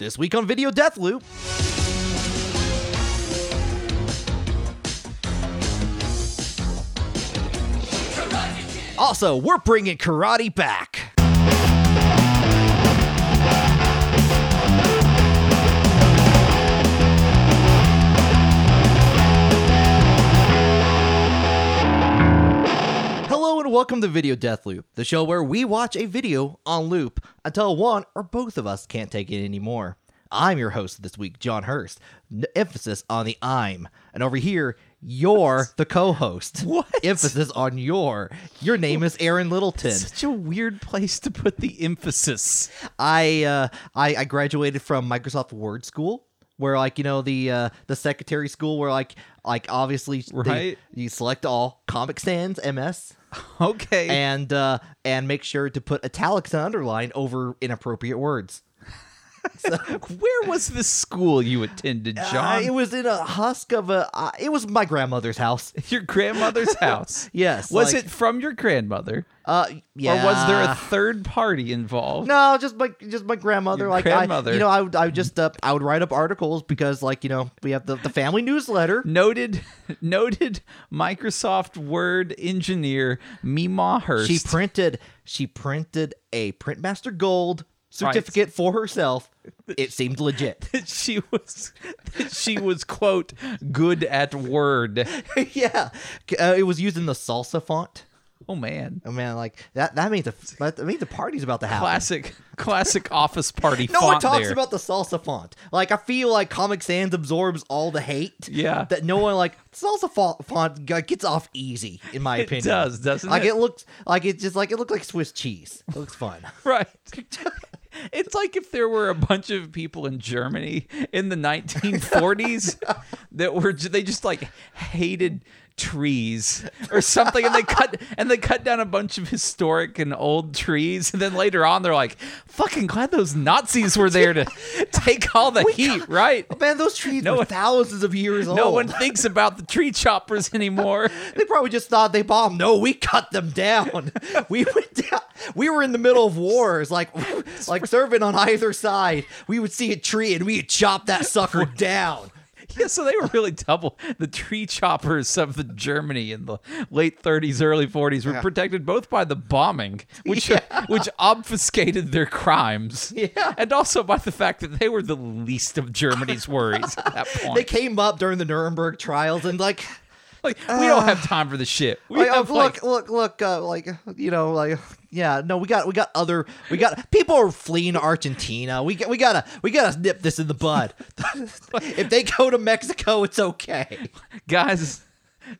This week on Video Death Loop. Also, we're bringing karate back. Hello and welcome to Video Death Loop, the show where we watch a video on loop until one or both of us can't take it anymore. I'm your host this week, John Hurst. N- emphasis on the I'm. And over here, you're the co-host. What? Emphasis on your. Your name is Aaron Littleton. Such a weird place to put the emphasis. I uh, I, I graduated from Microsoft Word School, where like you know the uh, the secretary school, where like like obviously they- Right. you select all comic stands, MS, Okay. and uh, and make sure to put italics and underline over inappropriate words. where was this school you attended, Uh, John? it was in a husk of a. Uh, it was my grandmother's house. your grandmother's house. Yes, Was like- it from your grandmother? Uh, yeah. Or was there a third party involved? No, just my just my grandmother. Your like I, grandmother. you know, I would I would just uh, I would write up articles because like you know we have the, the family newsletter. Noted noted Microsoft Word engineer Mima Hurst. She printed she printed a Printmaster Gold certificate for herself. It seemed legit. that she was that she was quote good at word. yeah, uh, it was used in the salsa font. Oh man. Oh man, like that that means the that means the party's about to happen. Classic classic office party no one font talks there. about the salsa font. Like I feel like Comic Sans absorbs all the hate. Yeah. that no one like salsa font, font g- gets off easy in my It opinion. does, doesn't Like it? it looks like it just like it looked like Swiss cheese. It looks fun. Right. It's like if there were a bunch of people in Germany in the 1940s that were ju- they just like hated trees or something and they cut and they cut down a bunch of historic and old trees and then later on they're like fucking glad those Nazis were there to take all the heat, right? Man, those trees No were one- thousands of years old. No one thinks about the tree choppers anymore. They probably just thought they bombed. No, we cut them down. We went down. We were in the middle of wars, like like serving on either side. We would see a tree and we would chop that sucker down. Yeah, so they were really double the tree choppers of the Germany in the late 30s, early 40s were protected both by the bombing, which which obfuscated their crimes, Yeah. and also by the fact that they were the least of Germany's worries at that point. They came up during the Nuremberg trials and like, like we don't have time for this shit. We uh, like, have, uh, like- look, look, look, uh, like you know, like yeah, no, we got we got other we got people are fleeing Argentina. We got we gotta we gotta nip this in the bud. if they go to Mexico, it's okay. guys.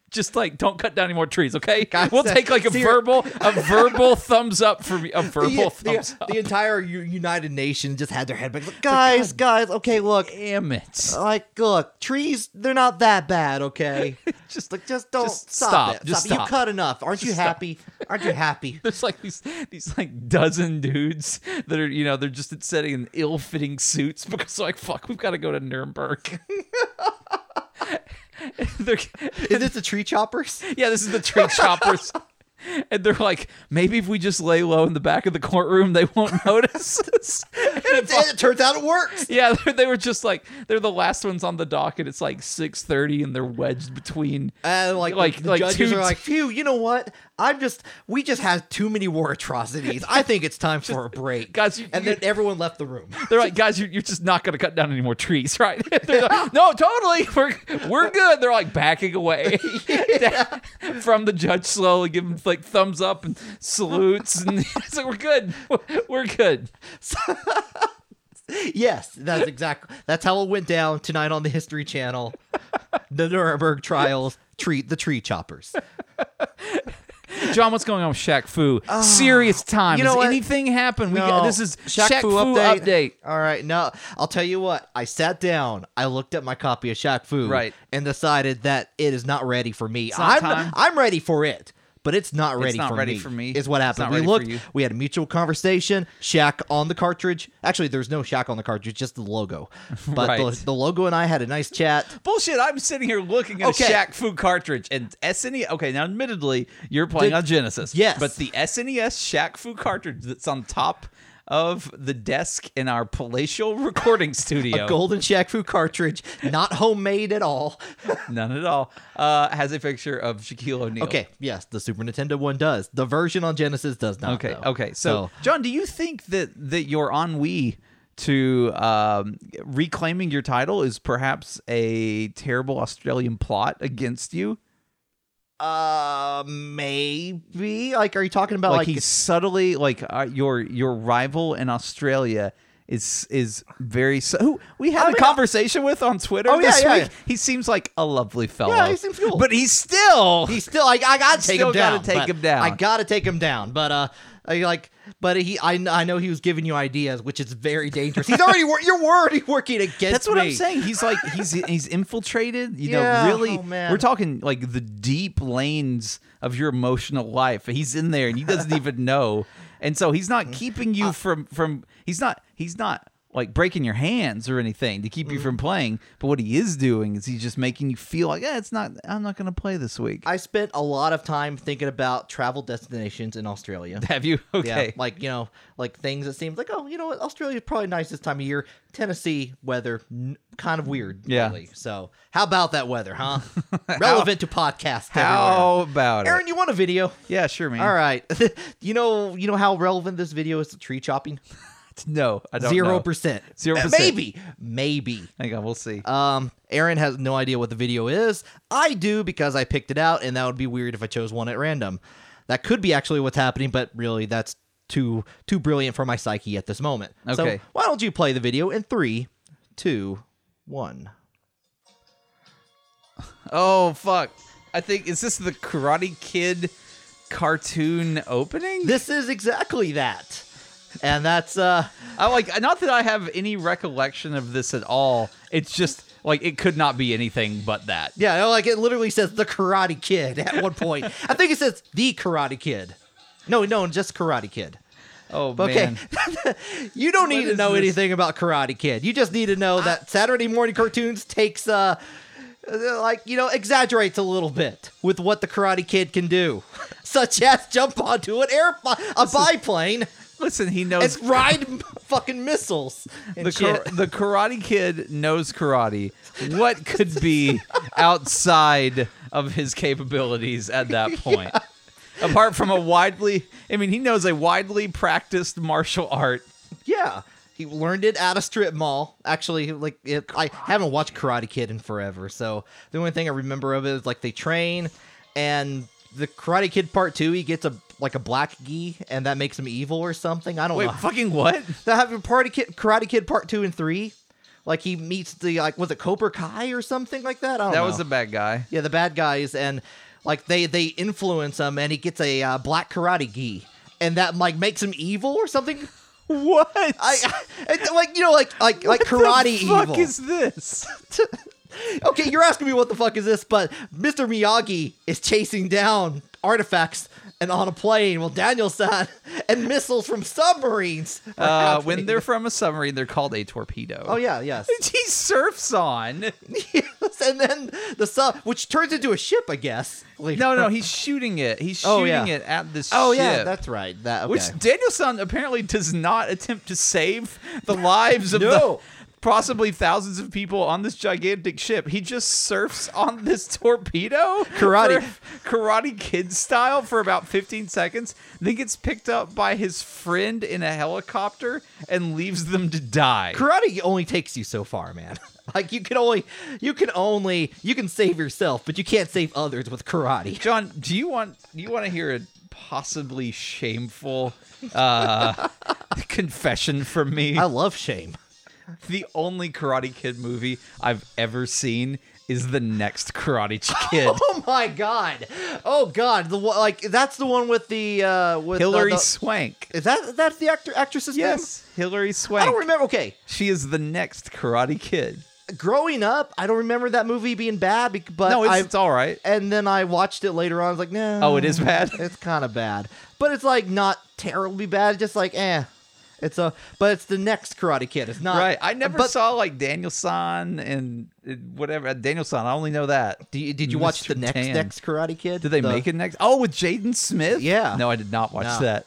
Just like don't cut down any more trees, okay? Guys, we'll uh, take like a ser- verbal, a verbal thumbs up for me, a verbal the, the- thumbs up. the entire U- United Nations just had their head back. Like, guys, guys, okay, look, Damn it! like, look, trees, they're not that bad, okay? just like, just don't just stop, stop, it. just You stop. cut enough. Aren't you happy? Aren't you happy? There's like these these like dozen dudes that are you know they're just sitting in ill-fitting suits because like fuck we've got to go to Nuremberg. they're, Is this the tree choppers? yeah, this is the tree choppers, and they're like maybe if we just lay low in the back of the courtroom they won't notice. us." And And if- it turns out it works. yeah, they- they were just like they're the last ones on the docket. It's like six thirty, and they're wedged between And like, Like- the like judges two- are like, phew, you know what? I'm just, we just had too many war atrocities. I think it's time for a break. Guys, you- and you- then everyone left the room. They're like, guys, you're, you're just not going to cut down any more trees, right? They're like, no, totally. We're, we're good. They're like backing away from the judge slowly, giving like thumbs up and salutes. And it's like, we're good. We're good. Yes, that's exactly. That's how it went down tonight on the History Channel. The Nuremberg trials treat the tree choppers. John, what's going on with Shaq Fu? Serious time. you know Has what? anything happened? We got, this is Shaq, Fu, update. All right, now I'll tell you what. I sat down. I looked at my copy of Shaq Fu, Right. and decided that it is not ready for me. not I'm time. I'm ready for it, but it's not ready. not for ready me, for me. Is what It's not happened. We ready for looked. you. We had a mutual conversation. Shaq on the cartridge. Actually, there's no Shaq on the cartridge, just the logo. But Right. the, the logo and I had a nice chat. Bullshit. I'm sitting here looking at Okay. a Shaq Fu cartridge and SNES. Okay, now admittedly, you're playing The- on Genesis. Yes. But the SNES Shaq Fu cartridge that's on top of the desk in our palatial recording studio. Golden Shaq Fu cartridge, not homemade at all. None at all. Uh, has a picture of Shaquille O'Neal. Okay, yes, the Super Nintendo one does. The version on Genesis does not. Okay. though. Okay. So, John, do you think that that your ennui to um, reclaiming your title is perhaps a terrible Australian plot against you? uh, maybe like, are you talking about Like, like, he's subtly like uh, your your rival in Australia. Is is very so. Who we had a mean, I- conversation with on Twitter Oh, yeah, this yeah, week. yeah. He seems like a lovely fellow. Yeah, he seems cool. But he's still He still, I, I gotta take Still him gotta down. take but him down. I gotta take him down. But uh, I like, but he, I, kn- I know he was giving you ideas, which is very dangerous. He's already, wor- you're already working against. That's what I'm me. saying. He's like he's he's infiltrated. You Yeah. know, really, Oh, man. we're talking like the deep lanes of your emotional life. He's in there, and he doesn't even know. And so he's not keeping you from from. He's not he's not like breaking your hands or anything to keep you from playing. But what he is doing is he's just making you feel like, yeah, it's not. I'm not going to play this week. I spent a lot of time thinking about travel destinations in Australia. Have you? Okay. Yeah, like you know, like things that seems like oh, you know what, Australia's probably nice this time of year. Tennessee weather n- kind of weird Yeah. lately. So how about that weather, huh? Relevant to podcasts. How about everywhere. Aaron, you want a video? it? Yeah, sure, man. All right. you know, you know how relevant this video is to tree chopping. No, I don't. Zero know. percent. 0%. Maybe. Maybe. Hang on, we'll see. Um, Aaron has no idea what the video is. I do because I picked it out, and that would be weird if I chose one at random. That could be actually what's happening, but really, that's too too brilliant for my psyche at this moment. So Okay. why don't you play the video in three, two, one? Oh fuck! I think is this the Karate Kid cartoon opening? This is exactly that, and that's uh. I like not that I have any recollection of this at all. It's just like it could not be anything but that. Yeah, no, like it literally says the Karate Kid at one point. I think it says the Karate Kid. No, no, just Karate Kid. Oh Okay, man. you don't need to is know this? anything about Karate Kid. You just need to know that Saturday morning cartoons takes uh, uh, like you know, exaggerates a little bit with what the Karate Kid can do, such as jump onto an air a biplane Listen, he knows and ride fucking missiles and the shit. kar- the Karate Kid knows karate. What could be outside of his capabilities at that point? Apart from a widely, I mean, he knows a widely practiced martial art. Yeah. He learned it at a strip mall. Actually, like it, I haven't watched Karate Kid in forever, so the only thing I remember of it is like they train, and the Karate Kid Part Two, he gets a like a black gi, and that makes him evil or something. I don't Wait, know. fucking what? They have a Party Kid, Karate Kid Part Two and Three, like he meets the like was it Cobra Kai or something like that. I don't That know. was a bad guy. Yeah, the bad guys, and like they they influence him, and he gets a uh, black karate gi, and that like makes him evil or something. What? I, I it's like you know like like like karate the fuck evil. is this? okay, you're asking me what the fuck is this, but Mr. Miyagi is chasing down artifacts and on a plane. Well, Daniel-san and missiles from submarines. are Uh, happening. when they're from a submarine, they're called a torpedo. oh yeah yes. He surfs on. yes, and then the sub, which turns into a ship, I guess. Like, No, no, he's shooting it. He's shooting Oh, yeah. it at this Oh yeah, ship, that's right. That okay. Which Danielson apparently does not attempt to save the lives of No. the possibly thousands of people on this gigantic ship. He just surfs on this torpedo, Karate. for- Karate Kid style, for about 15 seconds. Then gets picked up by his friend in a helicopter and leaves them to die. karate only takes you so far, man. Like you can only you can only you can save yourself, but you can't save others with karate. John, do you want do you want to hear a possibly shameful uh, confession from me? I love shame. the only Karate Kid movie I've ever seen is the next Karate Kid. Oh my god. Oh god. The one like that's the one with the uh with the- Hillary the- Swank. is that that's the actor actress's name? Yes, Hillary I Swank. don't remember. Okay, she is the next Karate Kid. growing up, I don't remember that movie being bad, bec- but No, it's, I it's all right. and then I watched it later on. I was like, no. Oh, it is bad? It's kind of bad, but it's like not terribly bad. Just like eh, it's a. But it's the next Karate Kid. It's not Right. I never uh, But saw like Danielson and uh, whatever Danielson. I only know that. do you- did you watch Mr. the next Tan. next Karate Kid? Did they The- make it next? Oh, with Jaden Smith. Yeah. No, I did not watch No. Oh. that.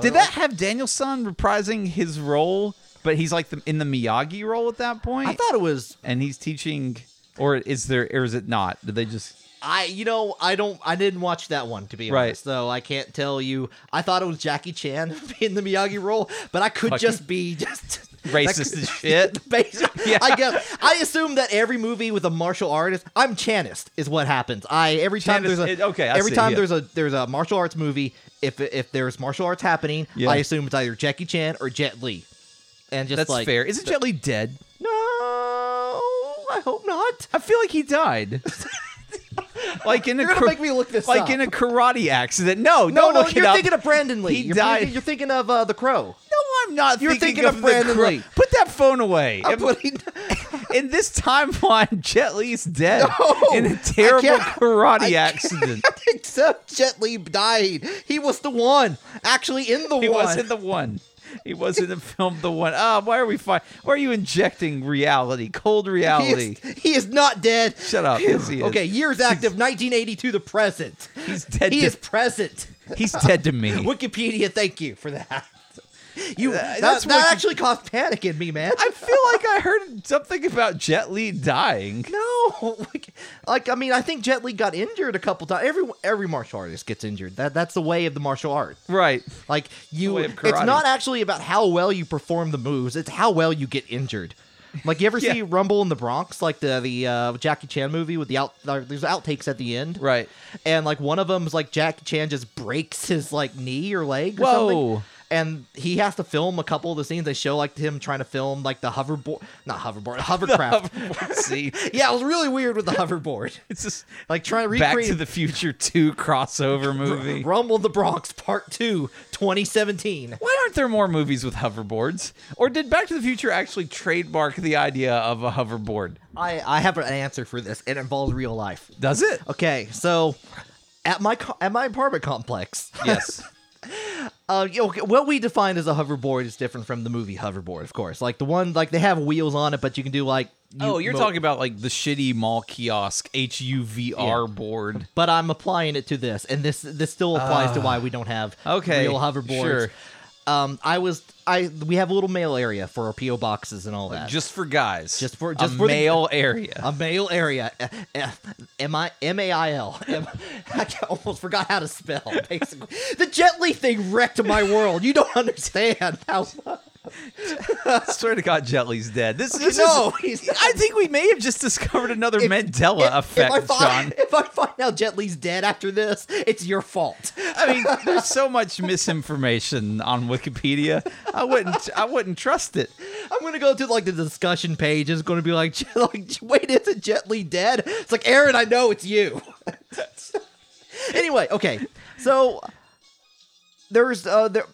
Did that have Danielson reprising his role, but he's like the, in the Miyagi role at that point? I thought it was and he's teaching, or is there, or is it not? Did they just? I you know I don't I didn't watch that one to be Right. honest though I can't tell you I thought it was Jackie Chan in the Miyagi role but I could Fucking just be just Racist that could- as shit. Basi- Yeah. I guess I assume that every movie with a martial artist I'm Chanist is what happens I every time Chanist, there's a it- okay, I every see, time yeah. there's a there's a martial arts movie if if there's martial arts happening Yeah. I assume it's either Jackie Chan or Jet Li and just That's like fair. Isn't Jet Li dead? no I hope not I feel like he died. like in a you're gonna kara- make me look this like up. in a karate accident. No, No, don't no, look it you're up. thinking of Brandon Lee. He you're, died. Thinking, you're thinking of uh, the Crow. No, I'm not. You're thinking of the Brandon cra- Lee. Put that phone away. I'm If- putting- in this timeline, Jet Lee's dead No, in a I terrible can't- I karate can't- accident. I think so. Jet Li died. He was the one, actually in the He one. wasn't the one. He wasn't in the film. The one. Ah, why are we? Fi- why are you injecting reality, cold he, reality? is, he is not dead. Shut up. Yes, he is. Okay, years active, 1982 to present. He's dead. He to, is present. He's dead to me. Wikipedia, thank you for that. You that, Uh, that's that Wiki- actually caused panic in me, man. I feel like I heard something about Jet Li dying. No, like, like, I mean, I think Jet Li got injured a couple times. Every every martial artist gets injured. That that's the way of the martial art. Right. Like you, way of it's karate. not actually about how well you perform the moves; it's how well you get injured. Like you ever Yeah. see Rumble in the Bronx, like the the uh, Jackie Chan movie with the out uh, there's outtakes at the end, Right. And like one of them is like Jackie Chan just breaks his like knee or leg or Whoa. something. And he has to film a couple of the scenes. They show like him trying to film like the hoverboard, not hoverboard, hovercraft. See, yeah, it was really weird with the hoverboard. it's just Like trying to Back recreate to the Future Two crossover movie. Rumble in the Bronx Part 2, 2017. Why aren't there more movies with hoverboards? Or did Back to the Future actually trademark the idea of a hoverboard? I, I have an answer for this. It involves real life. Does it? Okay, so at my co- at my apartment complex, Yes. uh, you know, what we define as a hoverboard is different from the movie hoverboard, of course. Like the one, like they have wheels on it, but you can do like. you oh, you're mo- talking about like the shitty mall kiosk HUVR board. But I'm applying it to this, and this this still applies to why we don't have Ah. okay, real hoverboards. sure. Um, I was I we have a little mail area for our PO boxes and all that. Just for guys. Just for- just a for the- male area. A male area. Uh, uh, M I M A I L. M- I almost forgot how to spell, basically. the Jet Li thing wrecked my world. You don't understand how. I swear to God, Jetley's dead. This, this no, is. he's- I think we may have just discovered another Mandela If- effect, if I find, John. If I find out Jet Li's dead after this, it's your fault. I mean, there's so much misinformation on Wikipedia. I wouldn't. I wouldn't trust it. I'm going to go to like the discussion page. It's going to be like, Jet- like, wait, isn't Jet Li dead? It's like, Aaron, I know it's you. anyway, okay. So there's uh there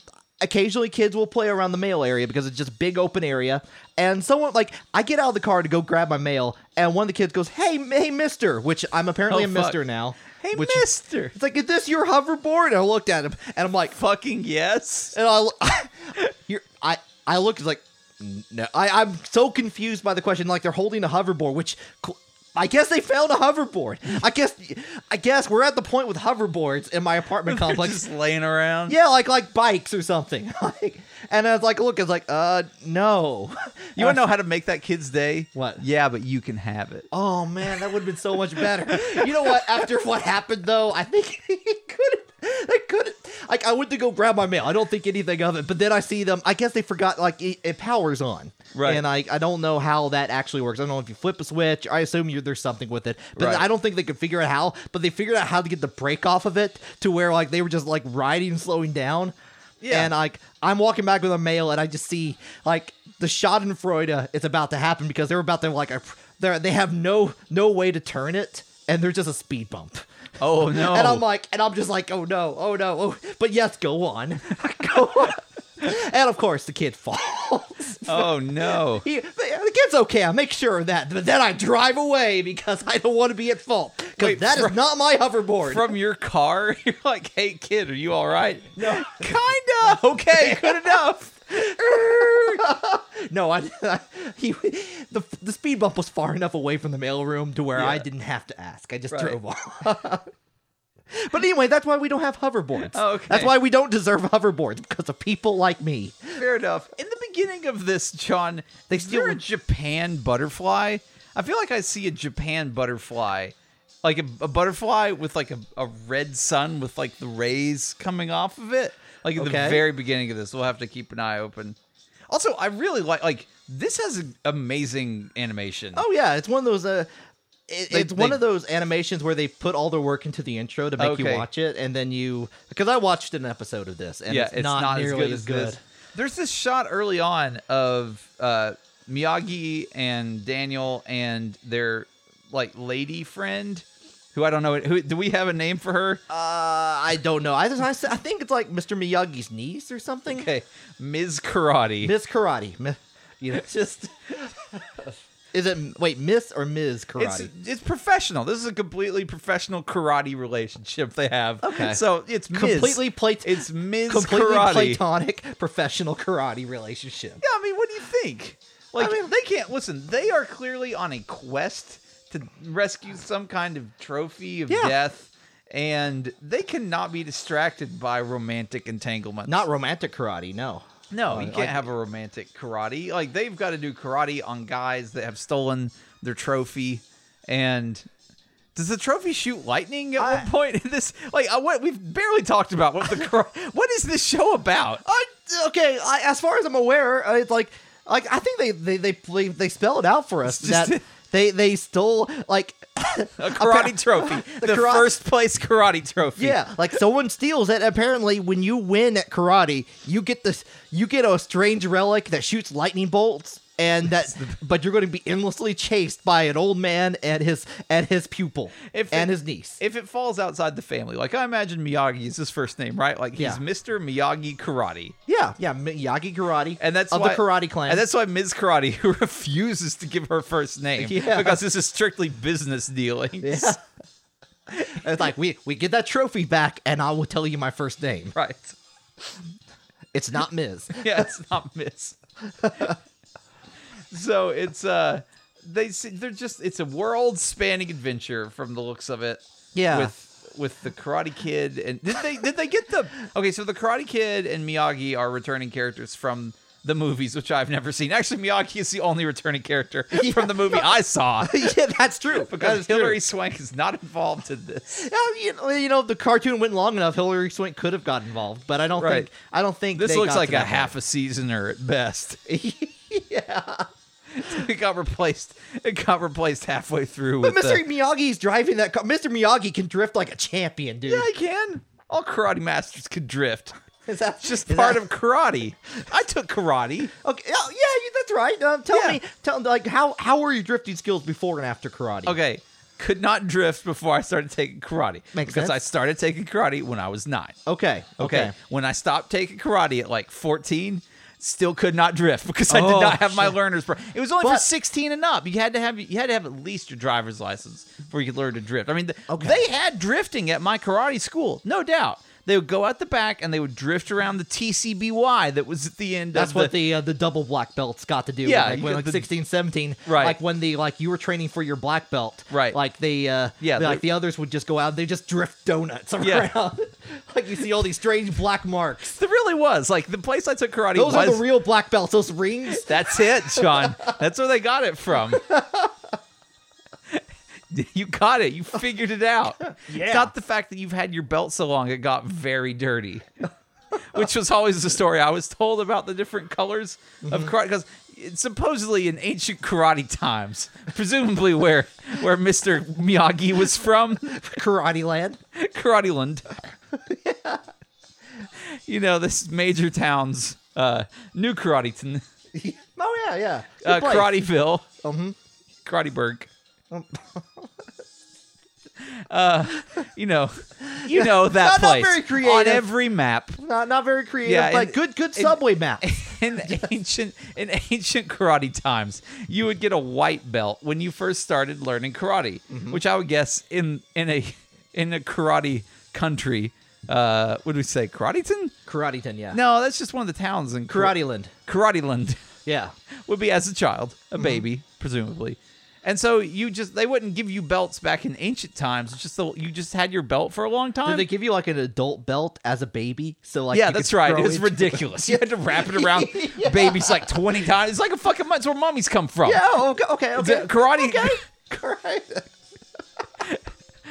occasionally kids will play around the mail area because it's just big open area and someone like I get out of the car to go grab my mail and one of the kids goes, "Hey, m- hey mister," which I'm apparently Oh, a fuck. mister now. Hey, which- Mister. It's like, "Is this your hoverboard?" And I looked at him and I'm like, Fucking yes. and I, l- you're, I, I looked like, no, I, I'm so confused by the question. Like they're holding a hoverboard, which cl- I guess they found a hoverboard. I guess, I guess we're at the point with hoverboards in my apartment They're complex. just laying around. yeah, like like bikes or something. Like, and I was like, look, it's like, uh, no. You want to know how to make that kid's day? What? Yeah, but you can have it. Oh man, that would have been so much better. You know what? After what happened though, I think he couldn't. I couldn't. Like I went to go grab my mail. I don't think anything of it. But then I see them. I guess they forgot. Like it, it powers on. Right. And I I don't know how that actually works. I don't know if you flip a switch. I assume you there's something with it. But Right. I don't think they could figure out how. But they figured out how to get the brake off of it to where like they were just like riding, slowing down. Yeah. And like I'm walking back with a mail, and I just see like the Schadenfreude is about to happen because they're about to like they they have no no way to turn it, and there's just a speed bump. Oh no! And I'm like, and I'm just like, oh no, oh no, oh. But yes, go on, go on. and of course, the kid falls. oh no! He, the kid's okay. I make sure of that, but then I drive away because I don't want to be at fault. Because Wait, that is from- not my hoverboard. From your car, you're like, "Hey kid, are you all right?" No. Kinda. Okay. Good enough. no, I, he, the, the speed bump was far enough away from the mailroom to where I Yeah. didn't have to ask. I just Right. drove off. But anyway, that's why we don't have hoverboards. Okay. That's why we don't deserve hoverboards because of people like me. Fair enough. In the beginning of this, John, They they steal still- a Japan butterfly. I feel like I see a Japan butterfly, like a, a butterfly with like a, a red sun with like the rays coming off of it. Like at Okay. the very beginning of this, we'll have to keep an eye open. Also, I really like like this has an amazing animation. Oh yeah, it's one of those. Uh, it, They- it's one they- of those animations where they put all their work into the intro to make you Okay. watch it, and then you because I watched an episode of this, and yeah, it's, not, nearly as good. this. There's this shot early on of uh, Miyagi and Daniel and their like lady friend, who I don't know. Who do we have a name for her? Uh, I don't know. I, just, I s- I think it's like Mr. Miyagi's niece or something. Okay, Ms. Karate. Miss Karate. Mi- You know, just is it? Wait, Miss or Ms. It's Karate? it's professional. This is a completely professional karate relationship they have. Okay. so it's Ms. completely plat- It's Ms. completely karate. platonic professional karate relationship. Yeah, I mean, what do you think? Like, I mean- they can't listen. They are clearly on a quest to rescue some kind of trophy of Yeah. death, and they cannot be distracted by romantic entanglements. Not romantic karate, no. no, Uh, you can't like- have a romantic karate. Like, they've got to do karate on guys that have stolen their trophy, and. Does the trophy shoot lightning at one I- point in this? Like, I, what we've barely talked about what the kara- what is this show about? I, okay, I, as far as I'm aware, uh, it's like like I think they they they they, they spell it out for us It's just- that they they stole like A karate trophy. The The, kara- first place karate trophy. yeah like someone steals it. Apparently, when you win at karate, you get this you get a strange relic that shoots lightning bolts. And that, but you're going to be endlessly chased by an old man and his and his pupil If and it- his niece. If it falls outside the family, like I imagine Miyagi is his first name, right? Like he's Yeah. Mr. Miyagi Karate. yeah, yeah, Miyagi Karate, And that's of why, the Karate Clan. And that's why Ms. Karate refuses to give her first name Yeah. because this is strictly business dealings. Yeah. it's like we we get that trophy back, and I will tell you my first name. Right. It's not Ms. Yeah, it's not Miss. so it's uh they see- they're just it's a world spanning adventure from the looks of it. Yeah. With with the Karate Kid and did they did they get the Okay, so the Karate Kid and Miyagi are returning characters from the movies, which I've never seen. Actually, Miyagi is the only returning character from the movie I saw. yeah, that's true. Because That's true. Hillary Swank is not involved in this. Yeah, you know, you know, if the cartoon went long enough, Hillary Swank could have got involved, but I don't Right. think I don't think This they looks got like to a that half a seasoner at best. point. yeah, it got replaced. It got replaced halfway through. but with the- Mr. Miyagi's driving that. Car. Mr. Miyagi can drift like a champion, dude. Yeah, I can. All karate masters could drift. Is that It's just is part that- of karate. I took karate. Okay, oh, yeah, you, that's right. Um, tell Yeah. me, tell like how how were your drifting skills before and after karate? Okay, could not drift before I started taking karate. Makes because sense. I started taking karate when I was nine. okay, Okay. okay. When I stopped taking karate at like 14, still could not drift because I Oh, did not have my shit. learner's permit. It was only for But- 16 and up. You had to have you had to have at least your driver's license before you could learn to drift. I mean, the, Okay. they had drifting at my karate school, no doubt. They would go out the back and they would drift around the TCBY that was at the end That's of what the the uh, the double black belts got to do. Yeah, like, you when, got like the- sixteen, seventeen. 16, 17, Right. Like when the like you were training for your black belt, Right. Like the uh, Yeah, the- like they're- the others would just go out. They just drift donuts around. Yeah. like you see all these strange black marks. There really was. Like the place I took karate Those was are the real black belts. Those rings. That's it, Sean. That's where they got it from. You got it. You figured it out. Yeah. It's not the fact that you've had your belt so long it got very dirty, which was always the story I was told about the different colors of karate. Because supposedly in ancient karate times, presumably where where Mister Miyagi was from, Karate Land. Karate Land. You know this major town's uh, new karate. T- oh yeah, yeah. Good uh, place. Karateville. Mhm. Karateberg. uh, you know, you know Not- that not place very creative. on every map. Not not very creative, Yeah, but and- good good and- subway map. In ancient in ancient karate times, you would get a white belt when you first started learning karate, Mm-hmm. which I would guess in in a in a karate country, uh, what do we say, Karateton? Karate Ten, yeah. No, that's just one of the towns in Karate Land. Karate Land. Yeah. Mm-hmm. would be as a child, a baby, presumably. And so you just they wouldn't give you belts back in ancient times. It's just the, you just had your belt for a long time. Did they give you like an adult belt as a baby? So like yeah, you that's could right. throw It's it- ridiculous. You had to wrap it around babies like twenty times. It's like a fucking. It's where mummies come from. Yeah, okay, okay, okay. The karate. Okay. Karate,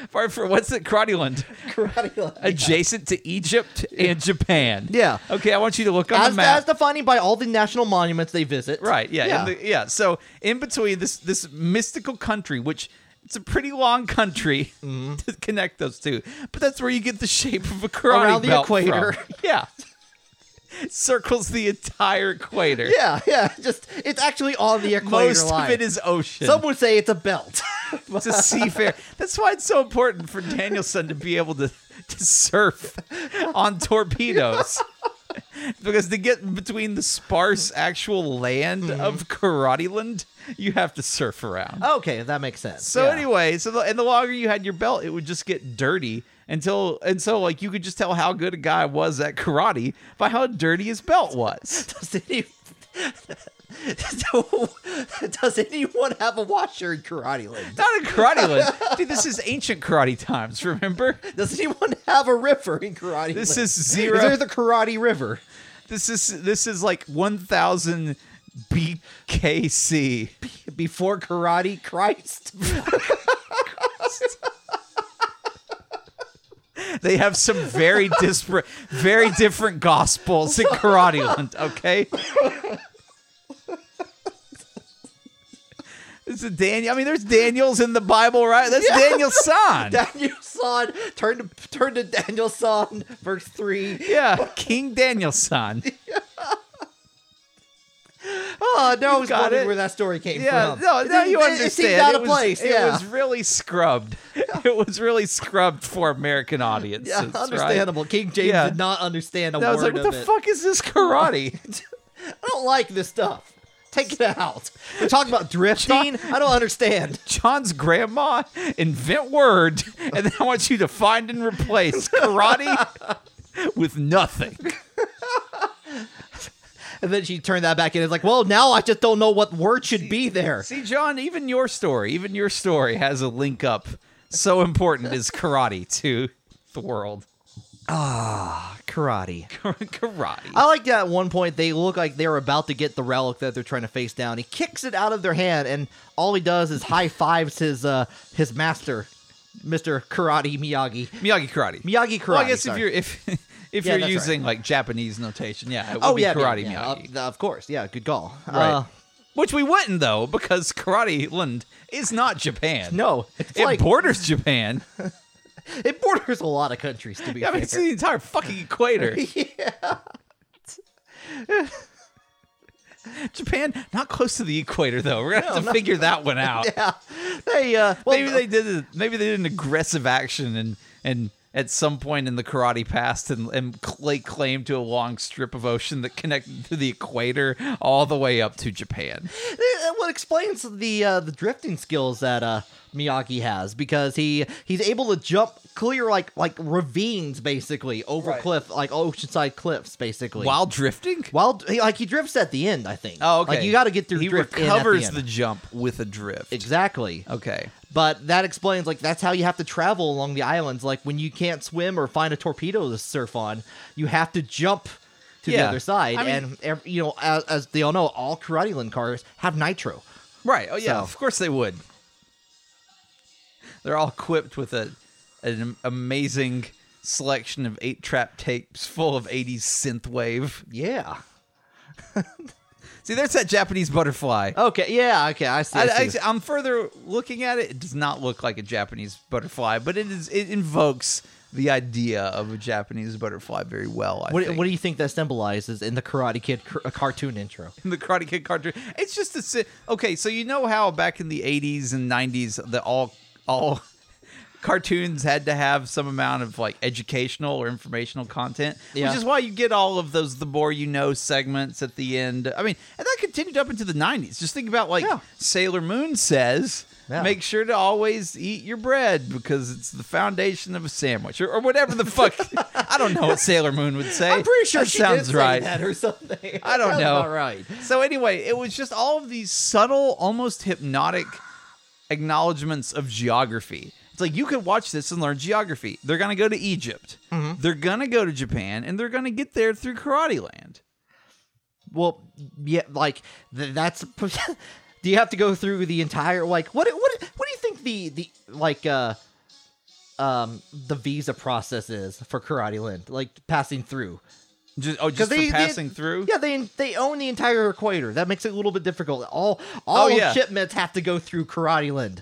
For, for what's it? Karate land. karate. line. adjacent to Egypt and Japan. Yeah. Okay, I want you to look on As, the as map. defined by all the national monuments they visit. right. Yeah. Yeah. Yeah. the, yeah. So in between this this mystical country, which it's a pretty long country Mm-hmm. to connect those two, but that's where you get the shape of a karate Around the belt equator. from. Yeah. Circles the entire equator. yeah, yeah. Just it's actually on the equator Most line. of it is ocean. Some would say it's a belt. it's a seafair. That's why it's so important for Danielson to be able to, to surf on torpedoes. because to get between the sparse actual land Mm-hmm. of Karate Land, you have to surf around. okay, that makes sense. So yeah. anyway, so the, and the longer you had your belt, it would just get dirty until and so like you could just tell how good a guy was at karate by how dirty his belt was. does any does anyone have a washer in karate land? Not in karate land, dude. This is ancient karate times. Remember, Does anyone have a river in karate? this land? is zero. Is there the Karate River? This is this is like 1000 BKC. Before Karate Christ? They have some very disparate, very different gospels in Karate Land. Okay. It's a Daniel. I mean, there's Daniels in the Bible, right? That's Daniel's son. Daniel son, turn to turn to Daniel son, verse three. yeah, King Daniel's son. Oh no, I was got wondering it. where that story came Yeah, from. no, It now didn't- you it- understand. It seemed out of was- place. It yeah, was really scrubbed. It was really scrubbed for American audiences. yeah, right? understandable. King James Yeah. did not understand a I word was like, what of the it. fuck is this karate? I don't like this stuff. Take it out. We're talking about drifting. I don't understand. John's grandma invent word, and then I want you to find and replace karate with nothing. And then she turned that back in. It's like, well, now I just don't know what word should be there. See, John, even your story, even your story has a link up. So important is karate to the world. Karate. karate. I like that at one point they look like they're about to get the relic that they're trying to face down. He kicks it out of their hand, and all he does is high fives his uh his master, Mister Karate Miyagi. Miyagi karate. Miyagi Karate. Well, I guess if sorry. you're if if Yeah, you're that's right. using like Japanese notation, yeah, it would oh be yeah, karate yeah, Miyagi. yeah, of, of course, yeah, good call. Right. Uh, Which we wouldn't though, because Karate Land is not Japan. no, it's it like borders Japan. it borders a lot of countries to be I fair. mean, it's the entire fucking equator. yeah. Japan, not close to the equator though. We're gonna have to figure that one out. yeah, they uh, well, maybe they did. A, maybe they did an aggressive action and and at some point in the karate past and and lay claim to a long strip of ocean that connected to the equator all the way up to Japan. That- uh, what explains the uh, the drifting skills that uh, Miyagi has because he he's able to jump clear like like ravines basically over Right. cliff like oceanside cliffs basically. While drifting. while he, like he drifts at the end, I think. Oh, okay. Like you got to get through. He drift in at recovers the, the end. jump with a drift. exactly. Okay. But that explains like that's how you have to travel along the islands. Like when you can't swim or find a torpedo to surf on, you have to jump to the Yeah. other side. I mean- and ev- you know, as, as they all know, all karate land cars have nitro. Right. Oh yeah. So- Of course they would. They're all equipped with a an amazing selection of eight trap tapes full of 80s synthwave. Yeah. See, there's that Japanese butterfly. Okay. Yeah. Okay. I see. I I, see. I, I'm further looking at it. It does not look like a Japanese butterfly, but it is. It invokes the idea of a Japanese butterfly very well. I what, think. what do you think that symbolizes in the Karate Kid cr- uh, cartoon intro? in the Karate Kid cartoon. It's just a si- okay. So you know how back in the '80s and '90s, the all all cartoons had to have some amount of like educational or informational content, Yeah. which is why you get all of those "the more you know" segments at the end. I mean, and that continued up into the '90s. Just think about like Yeah. Sailor Moon says. Yeah. Make sure to always eat your bread because it's the foundation of a sandwich, or, or whatever the fuck. I don't know what Sailor Moon would say. I'm pretty sure That she sounds did say right. that or something. I don't Sounds know. about right. So anyway, it was just all of these subtle, almost hypnotic acknowledgments of geography. It's like you could watch this and learn geography. They're gonna go to Egypt. Mm-hmm. They're gonna go to Japan, and they're gonna get there through Karate Land. Well, yeah, like th- that's. do you have to go through the entire like what what what do you think the the like uh um the visa process is for Karate Land like passing through? Just oh, just for they- they- passing through. Yeah, they they own the entire equator. That makes it a little bit difficult. All all Oh, yeah. shipments have to go through Karate Land.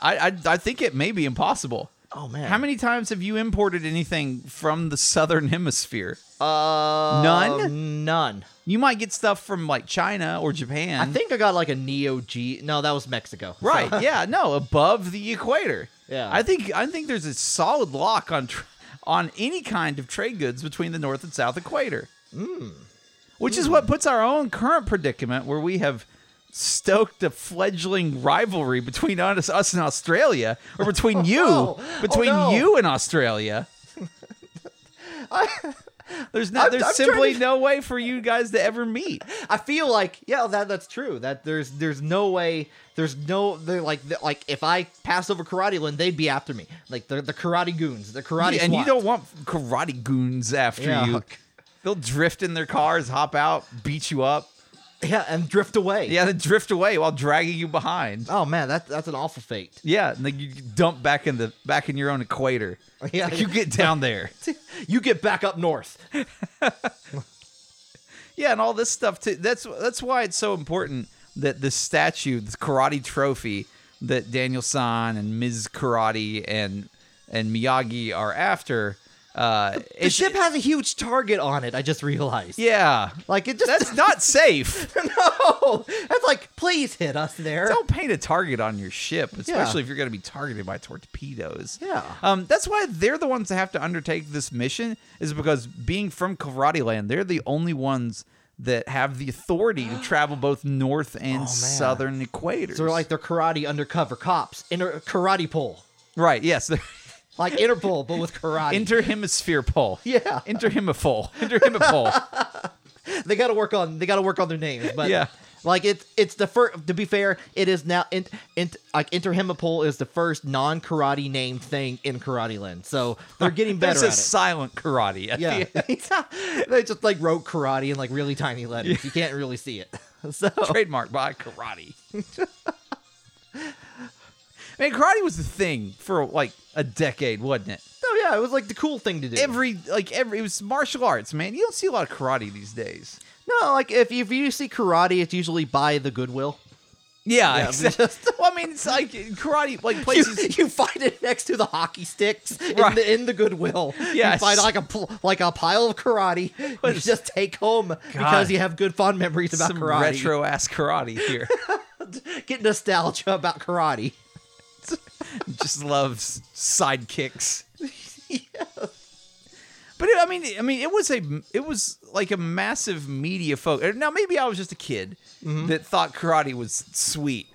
I, I I think it may be impossible. Oh man, How many times have you imported anything from the southern hemisphere? Uh, None? None. You might get stuff from like China or Japan. I think I got like a Neo G. No, that was Mexico. Right. yeah. No. Above the equator. Yeah. I think I think there's a solid lock on tr on any kind of trade goods between the north and south equator. Mm. Hmm. Which is what puts our own current predicament where we have stoked a fledgling rivalry between us, us and Australia, or between you, Oh, between no. you and Australia. there's not. I'm- there's I'm trying simply to- no way for you guys to ever meet. I feel like yeah, that that's true. That there's there's no way. There's no they're like they're like if I pass over Karate Land, they'd be after me. Like they're the Karate Goons, the Karate. Yeah, and you SWAT. don't want karate goons after Yeah. you. They'll drift in their cars, hop out, beat you up. Yeah, and drift away. Yeah, they drift away while dragging you behind. Oh man, that that's an awful fate. Yeah, and then you dump back in the back in your own equator. Yeah. Like, you get down there. You get back up north. Yeah, and all this stuff too. That's that's why it's so important that this statue, this karate trophy that Daniel San and Ms. Karate and and Miyagi are after. Uh, The ship has a huge target on it. I just realized. yeah, Like it just that's not safe. no. That's like please hit us there. Don't paint a target on your ship, especially if you're going to be targeted by torpedoes. Yeah. Um, that's why they're the ones that have to undertake this mission, is because being from Karate Land, they're the only ones that have the authority to travel both north and southern equators. Oh, So they're like they're karate undercover cops, inter- karate pole, right, yes, they're like Interpol but with karate. interhemisphere pole. Yeah. interhemipole, interhemipole. they got to work on they got to work on their names, but Yeah. Like it's it's the first. To be fair, it is now in, in like interhemipole is the first non karate named thing in Karate Land, so they're getting better There's a at it. silent karate. at the Yeah, end. they just like wrote karate in like really tiny letters. You can't really see it. So trademark by karate. Man, karate was the thing for like a decade, wasn't it? oh yeah, it was like the cool thing to do. Every like every it was martial arts, man. You don't see a lot of karate these days. no, like if if you see karate, it's usually by the Goodwill. Yeah, Yeah, it's- well, I mean, it's like karate, like you, places. you find it next to the hockey sticks in Right. the in the Goodwill. Yes. you find like a pl- like a pile of karate. You What- just take home because you have good fond memories about some karate. retro ass karate here. Get nostalgia about karate. Just loves sidekicks. But it, I mean, I mean, it was a, it was like a massive media focus. Now maybe I was just a kid that thought karate was sweet,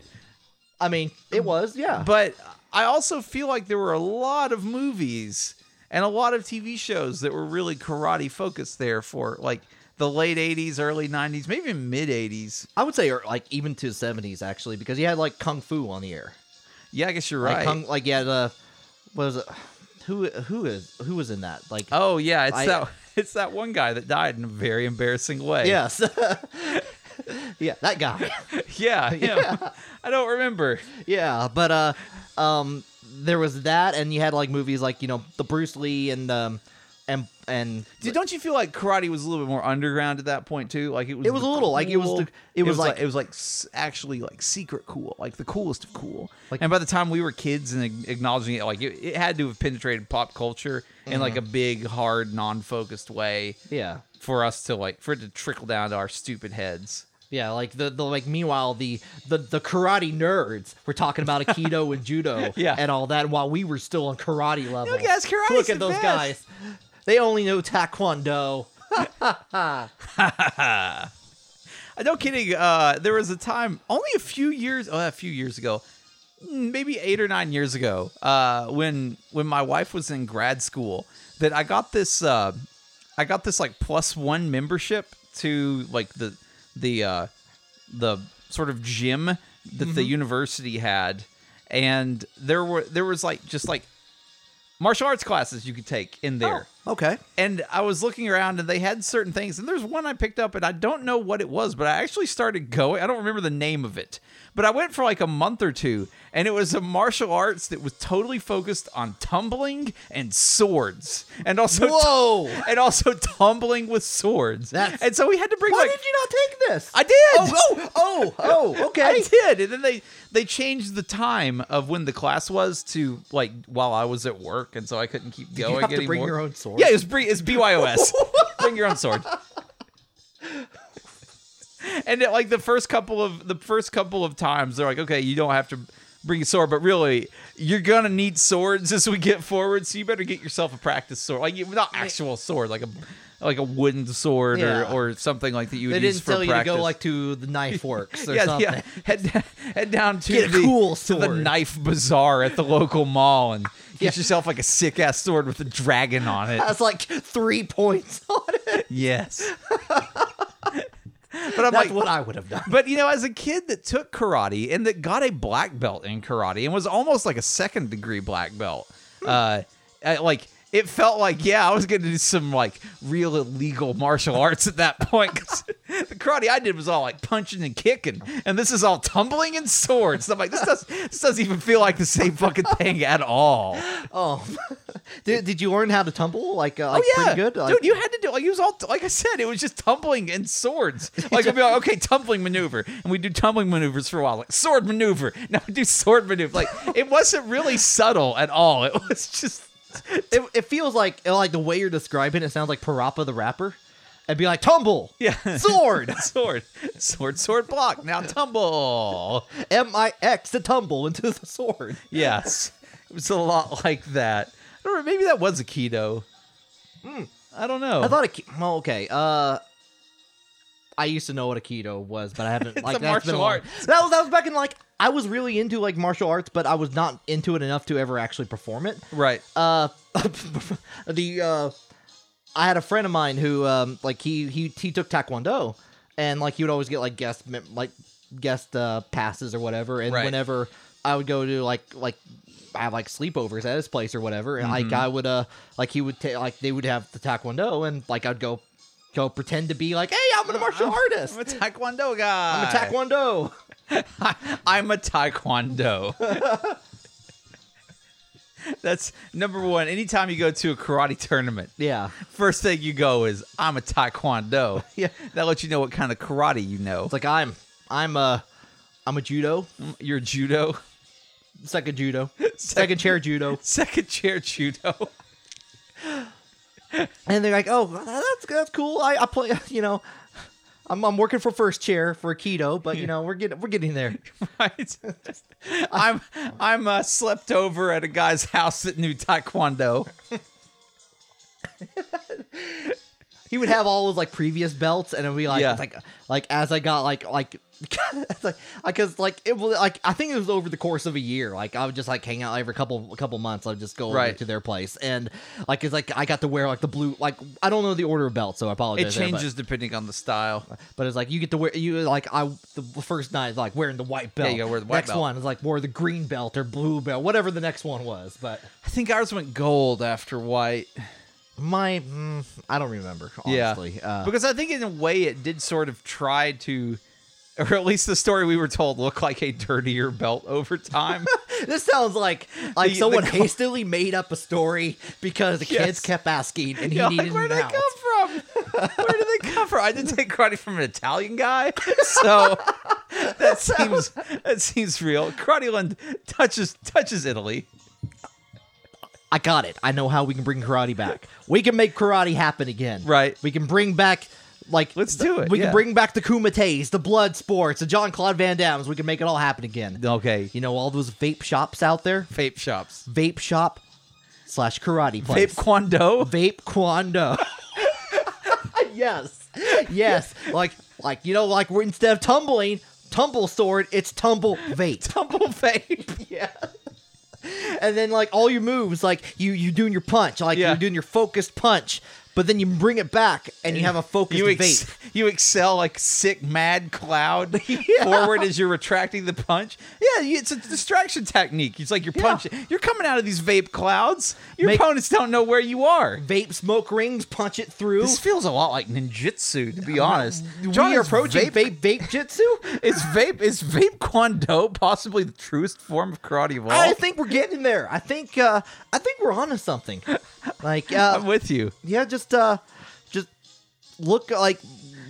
I mean, it was yeah. Um, but I also feel like there were a lot of movies and a lot of TV shows that were really karate focused there for like the late 80s, early 90s, maybe even mid 80s. I would say or like even to the seventies actually because he had like kung fu on the air. Yeah, I guess you're Like right. kung like yeah the what was it? Who who is who was in that like. oh yeah, it's I- that it's that one guy that died in a very embarrassing way. Yes. yeah, that guy. Yeah, him. I don't remember. Yeah, but uh, um, there was that, and you had like movies like you know the Bruce Lee and um, and and Dude, don't you feel like karate was a little bit more underground at that point too? Like it was. It was the a little, like, it was cool- the- it was like- it was like s- actually like secret cool, like the coolest of cool. Like- and by the time we were kids and ag- acknowledging it, like it, it had to have penetrated pop culture in Mm-hmm. like a big, hard, non-focused way yeah, for us to like for it to trickle down to our stupid heads. yeah, like the, the like meanwhile the the the karate nerds were talking about aikido and judo Yeah. and all that while we were still on karate level. Look, guys, karate's Look the at those best. guys. They only know taekwondo. Uh, No kidding. Uh, there was a time only a few years, oh, a few years ago, mm, maybe eight or nine years ago, uh, when when my wife was in grad school, that I got this, uh, I got this like plus one membership to like the the uh, the sort of gym that the university had. and there were there was like just like martial arts classes you could take in there. Okay. And I was looking around and they had certain things. And there's one I picked up and I don't know what it was, but I actually started going. I don't remember the name of it, but I went for like a month or two and it was a martial arts that was totally focused on tumbling and swords. And also, Whoa! and also tumbling with swords. That's- and so we had to bring Why like. did you not take this? I did. Oh, oh, oh, oh, okay. I did, and then they they changed the time of when the class was to like while I was at work, and so I couldn't keep going. have to anymore. bring your own sword? Yeah, it was br- it's BYOS. bring your own sword. and it, like the first couple of the first couple of times, they're like, okay, you don't have to bring a sword, but really, you're gonna need swords as we get forward. So you better get yourself a practice sword, like not actual sword, like a like a wooden sword Yeah. or, or something like that you would They use didn't for tell you practice to go like to the knife works or something. head, down- head down to Get a the cool to the sword. knife bazaar at the local mall and get Yeah. yourself like a sick ass sword with a dragon on it. That's like three points on it. yes. but I'm That's like, what I would have done. but you know, as a kid that took karate and that got a black belt in karate and was almost like a second degree black belt, uh, I- like it felt like yeah, I was going to do some like real illegal martial arts at that point. 'cause the karate I did was all like punching and kicking, and this is all tumbling and swords. And I'm like, this does this doesn't even feel like the same fucking thing at all. Oh, did, did you learn how to tumble? Like, uh, like Oh, pretty good. Like, dude. You had to do like it was all like I said. It was just tumbling and swords. Like we'd be like, okay, tumbling maneuver, and we do tumbling maneuvers for a while. Like sword maneuver. Now we do sword maneuver. Like it wasn't really subtle at all. It was just it, it feels like uh, like the way you're describing it sounds like Parappa the rapper. I'd be like tumble, Yeah. sword, sword, sword, sword block. Now tumble. M I X to tumble into the sword. Yes, it was a lot like that. I don't know, maybe that was a keto. I don't know. Hmm. I thought it. Well, okay. Uh, I used to know what aikido was, but I haven't. like that's a been martial long- art. That was that was back in like I was really into like martial arts, but I was not into it enough to ever actually perform it. right. Uh, the uh, I had a friend of mine who um like he he he took taekwondo, and like he would always get like guest mem- like guest uh passes or whatever, and Right. whenever I would go to like like. have like sleepovers at his place or whatever, and like I would uh like he would take like they would have the taekwondo, and like I'd go go pretend to be like, hey, I'm a martial artist, I'm a taekwondo guy. I'm a taekwondo. I'm a taekwondo. That's number one. Anytime you go to a karate tournament, Yeah, first thing you go is I'm a taekwondo. Yeah. that lets you know what kind of karate you know. it's like I'm I'm a I'm a judo, Your judo, second judo, Second- second chair judo. second chair judo. and they're like, "Oh, that's that's cool. I, I play, you know, I'm, I'm working for first chair for keto, but you know, we're getting we're getting there." right? I'm I'm uh, slept over at a guy's house that knew taekwondo. He would have all his like previous belts, and it'd be like, Yeah. like, like as I got like like. Because like it was like I think it was over the course of a year. Like I would just like hang out every couple couple months. I would just go over Right. to their place and like it's like I got to wear like the blue like I don't know the order of belts, so I It apologize. there, but- changes depending on the style. But it's like you get to wear you like I the first night is like wearing the white belt. you gotta wear the white next belt. one is like wore the green belt or blue belt, whatever the next one was. But I think ours went gold after white. my mm, I don't remember honestly. Uh, because I think in a way it did sort of try to, or at least the story we were told, look like a dirtier belt over time. this sounds like like The- the someone co- hastily made up a story because the Yes. kids kept asking and he Yeah, needed like, where an did out. they come from? Where did they come from? I did take karate from an Italian guy, so that seems that seems real. Karate-land touches touches Italy. I got it. I know how we can bring karate back. We can make karate happen again. Right. We can bring back like Let's the- do it, We yeah. can bring back the Kumites, the blood sports, the John Claude Van Dams. We can make it all happen again. Okay, You know all those vape shops out there? vape shops, vape shop slash karate vape place. kwando. Vape, Kwando. yes. Yes. Like like you know, like we're instead of tumbling, tumble sword, it's tumble vape. Tumble vape. yeah. And then like all your moves, like you you doing your punch, like Yeah. you're doing your focused punch, but then you bring it back and you have a focused You, vape. ex- you excel like sick mad cloud forward as you're retracting the punch. Yeah, you, it's a distraction technique. It's like you're punching. You're coming out of these vape clouds. Your Make- opponents don't know where you are. Vape smoke rings, punch it through. This feels a lot like ninjutsu, to be honest. John, John, we are is approaching vape- vape vape, jitsu. Is vape is vape kwando possibly the truest form of karate of all? I think we're getting there. I think uh, I think we're onto something. Like uh, I'm with you. yeah, just uh, just look like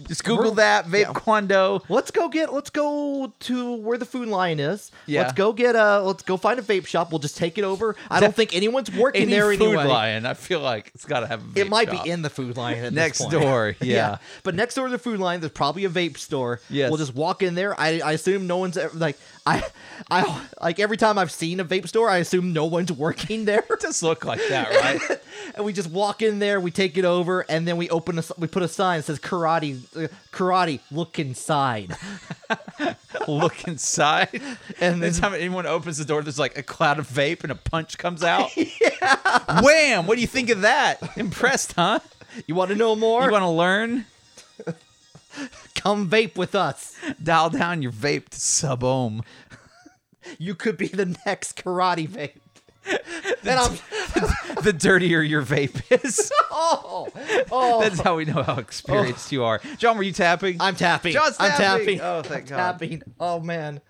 Just Google We're- that vape yeah. kwando. let's go get let's go to where the food line is. Yeah. Let's go get a let's go find a vape shop. We'll just take it over. I don't think anyone's working Any there food anyway. lion, I feel like it's got to have. A vape It might shop. be in the food line at Next this point. door, yeah. But next door to the food line, there's probably a vape store. Yes. We'll just walk in there. I, I assume no one's ever, like I I like every time I've seen a vape store, I assume no one's working there. It does look like that, right? and we just walk in there, we take it over, and then we open a s- we put a sign that says karate uh, karate look inside. look inside, And and then- anytime anyone opens the door, there's like a cloud of vape and a punch comes out. yeah. Wham! What do you think of that? Impressed, huh? You want to know more? You want to learn? Come vape with us. Dial down your vape to sub ohm. You could be the next karate vape. then I'm The dirtier your vape is, oh oh that's how we know how experienced you are. John, were you tapping? I'm tapping. John's I'm tapping. tapping. Oh, thank I'm God. Tapping. Oh man.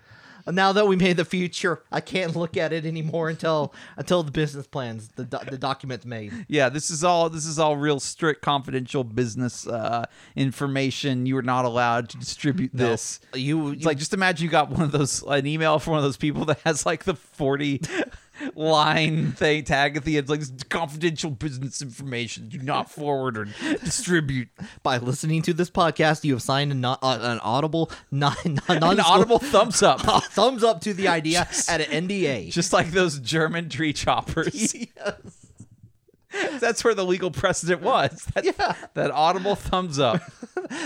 Now that we made the future, I can't look at it anymore until until the business plans, the do- the documents made. yeah this is all this is all real strict confidential business uh, information you are not allowed to distribute this You, It's like just imagine you got one of those an email from one of those people that has like the 40 line thing tag at the end like this is confidential business information do not forward or distribute by listening to this podcast, you have signed a not, uh, an audible non non an audible thumbs up thumbs up to the idea at an NDA. just like those german tree choppers that's where the legal precedent was that, that audible thumbs up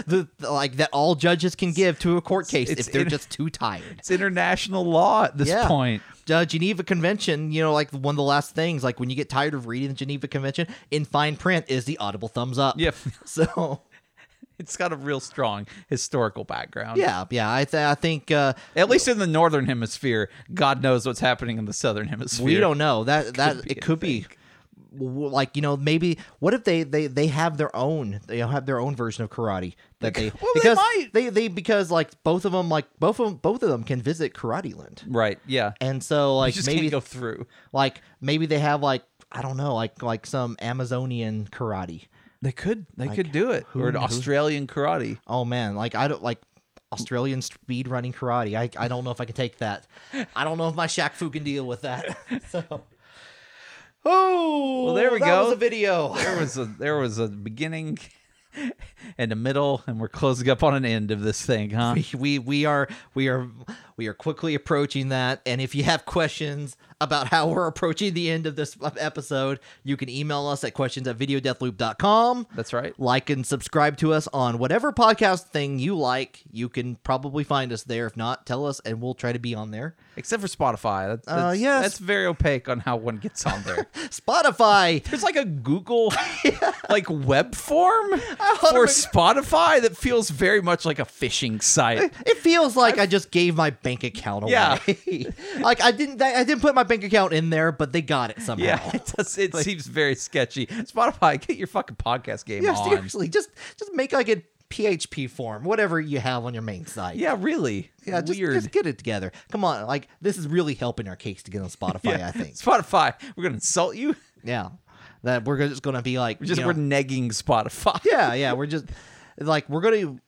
the, like that all judges can give to a court case It's if they're in- just too tired. it's international law at this Yeah. point uh, Geneva Convention, you know, like one of the last things, like when you get tired of reading the Geneva Convention in fine print is the audible thumbs up. Yep. So It's got a real strong historical background. yeah, yeah, I th- I think uh, At least in the northern hemisphere, God knows what's happening in the southern hemisphere. we don't know that that be, it I could be. w- Like you know, maybe what if they they they have their own they have their own version of karate that they Well, they because might. they they because like both of them like both of 'em- both of them can visit Karate Land Right. Yeah. and so You like just maybe can't go through. like maybe they have like I don't know like like some Amazonian karate They could. They could do it. who or an kn- who- Australian karate. Oh man, like I don't like Australian speed running karate. I, I don't know if I can take that. I don't know if my Shaq Fu can deal with that. So Oh there we that go. was a video. There was a there was a beginning and a middle, and we're closing up on an end of this thing, huh? We we are we are we are quickly approaching that. And if you have questions about how we're approaching the end of this episode, you can email us at questions at videodeathloop.com. That's right. Like and subscribe to us on whatever podcast thing you like. You can probably find us there. If not, tell us and we'll try to be on there. Except for Spotify. That's, Uh, that's- yes. That's very opaque on how one gets on there. Spotify. There's like a Google like web form wanna for make- Spotify that feels very much like a phishing site. It feels like i just gave my bank account away. Yeah. like I didn't I didn't put my bank account in there, but they got it somehow. Yeah, it does. It seems very sketchy. Spotify, get your fucking podcast game Yeah, on. seriously, just just make like a PHP form, whatever you have on your main site. Yeah, really. Yeah, just, Weird. just get it together. Come on, like this is really helping our case to get on Spotify, Yeah. I think. Spotify, we're gonna insult you. Yeah. That we're just gonna be like We're just you know- we're negging Spotify. Yeah, yeah. We're just like we're gonna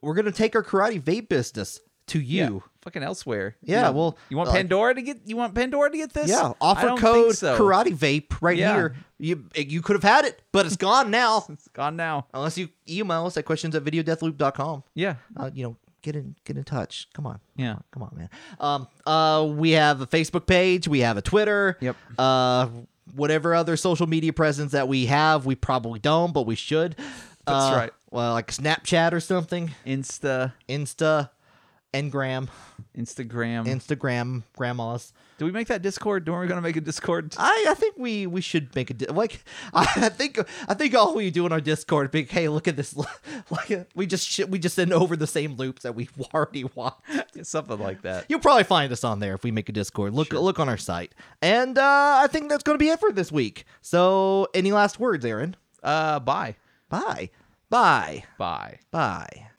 we're gonna take our karate vape business to Yeah, you. fucking elsewhere. Yeah, You know, well, you want like- Pandora to get you want Pandora to get this? Yeah, I offer don't think code so. karate vape right Yeah. here. You you could have had it, but it's gone now. It's gone now. Unless you email us at questions at videodeathloop.com. Yeah, Uh, you know, get in get in touch. Come on. Yeah. Come on, man. Um uh we have a Facebook page, we have a Twitter. Yep. Uh whatever other social media presence that we have, we probably don't, but we should. That's Uh, right. Well, like Snapchat or something, Insta. Insta. and Graham, Instagram. Instagram, grandmas. Do we make that Discord? Are we gonna make a Discord? I, I think we we should make a di- like I think I think all we do in our Discord be hey look at this like we just sh- we just send over the same loops that we've already watched. Something like that. You'll probably find us on there if we make a Discord. Look look on our site, and uh, I think that's going to be it for this week. So any last words, Aaron? Uh, bye. Bye, bye, Bye. bye.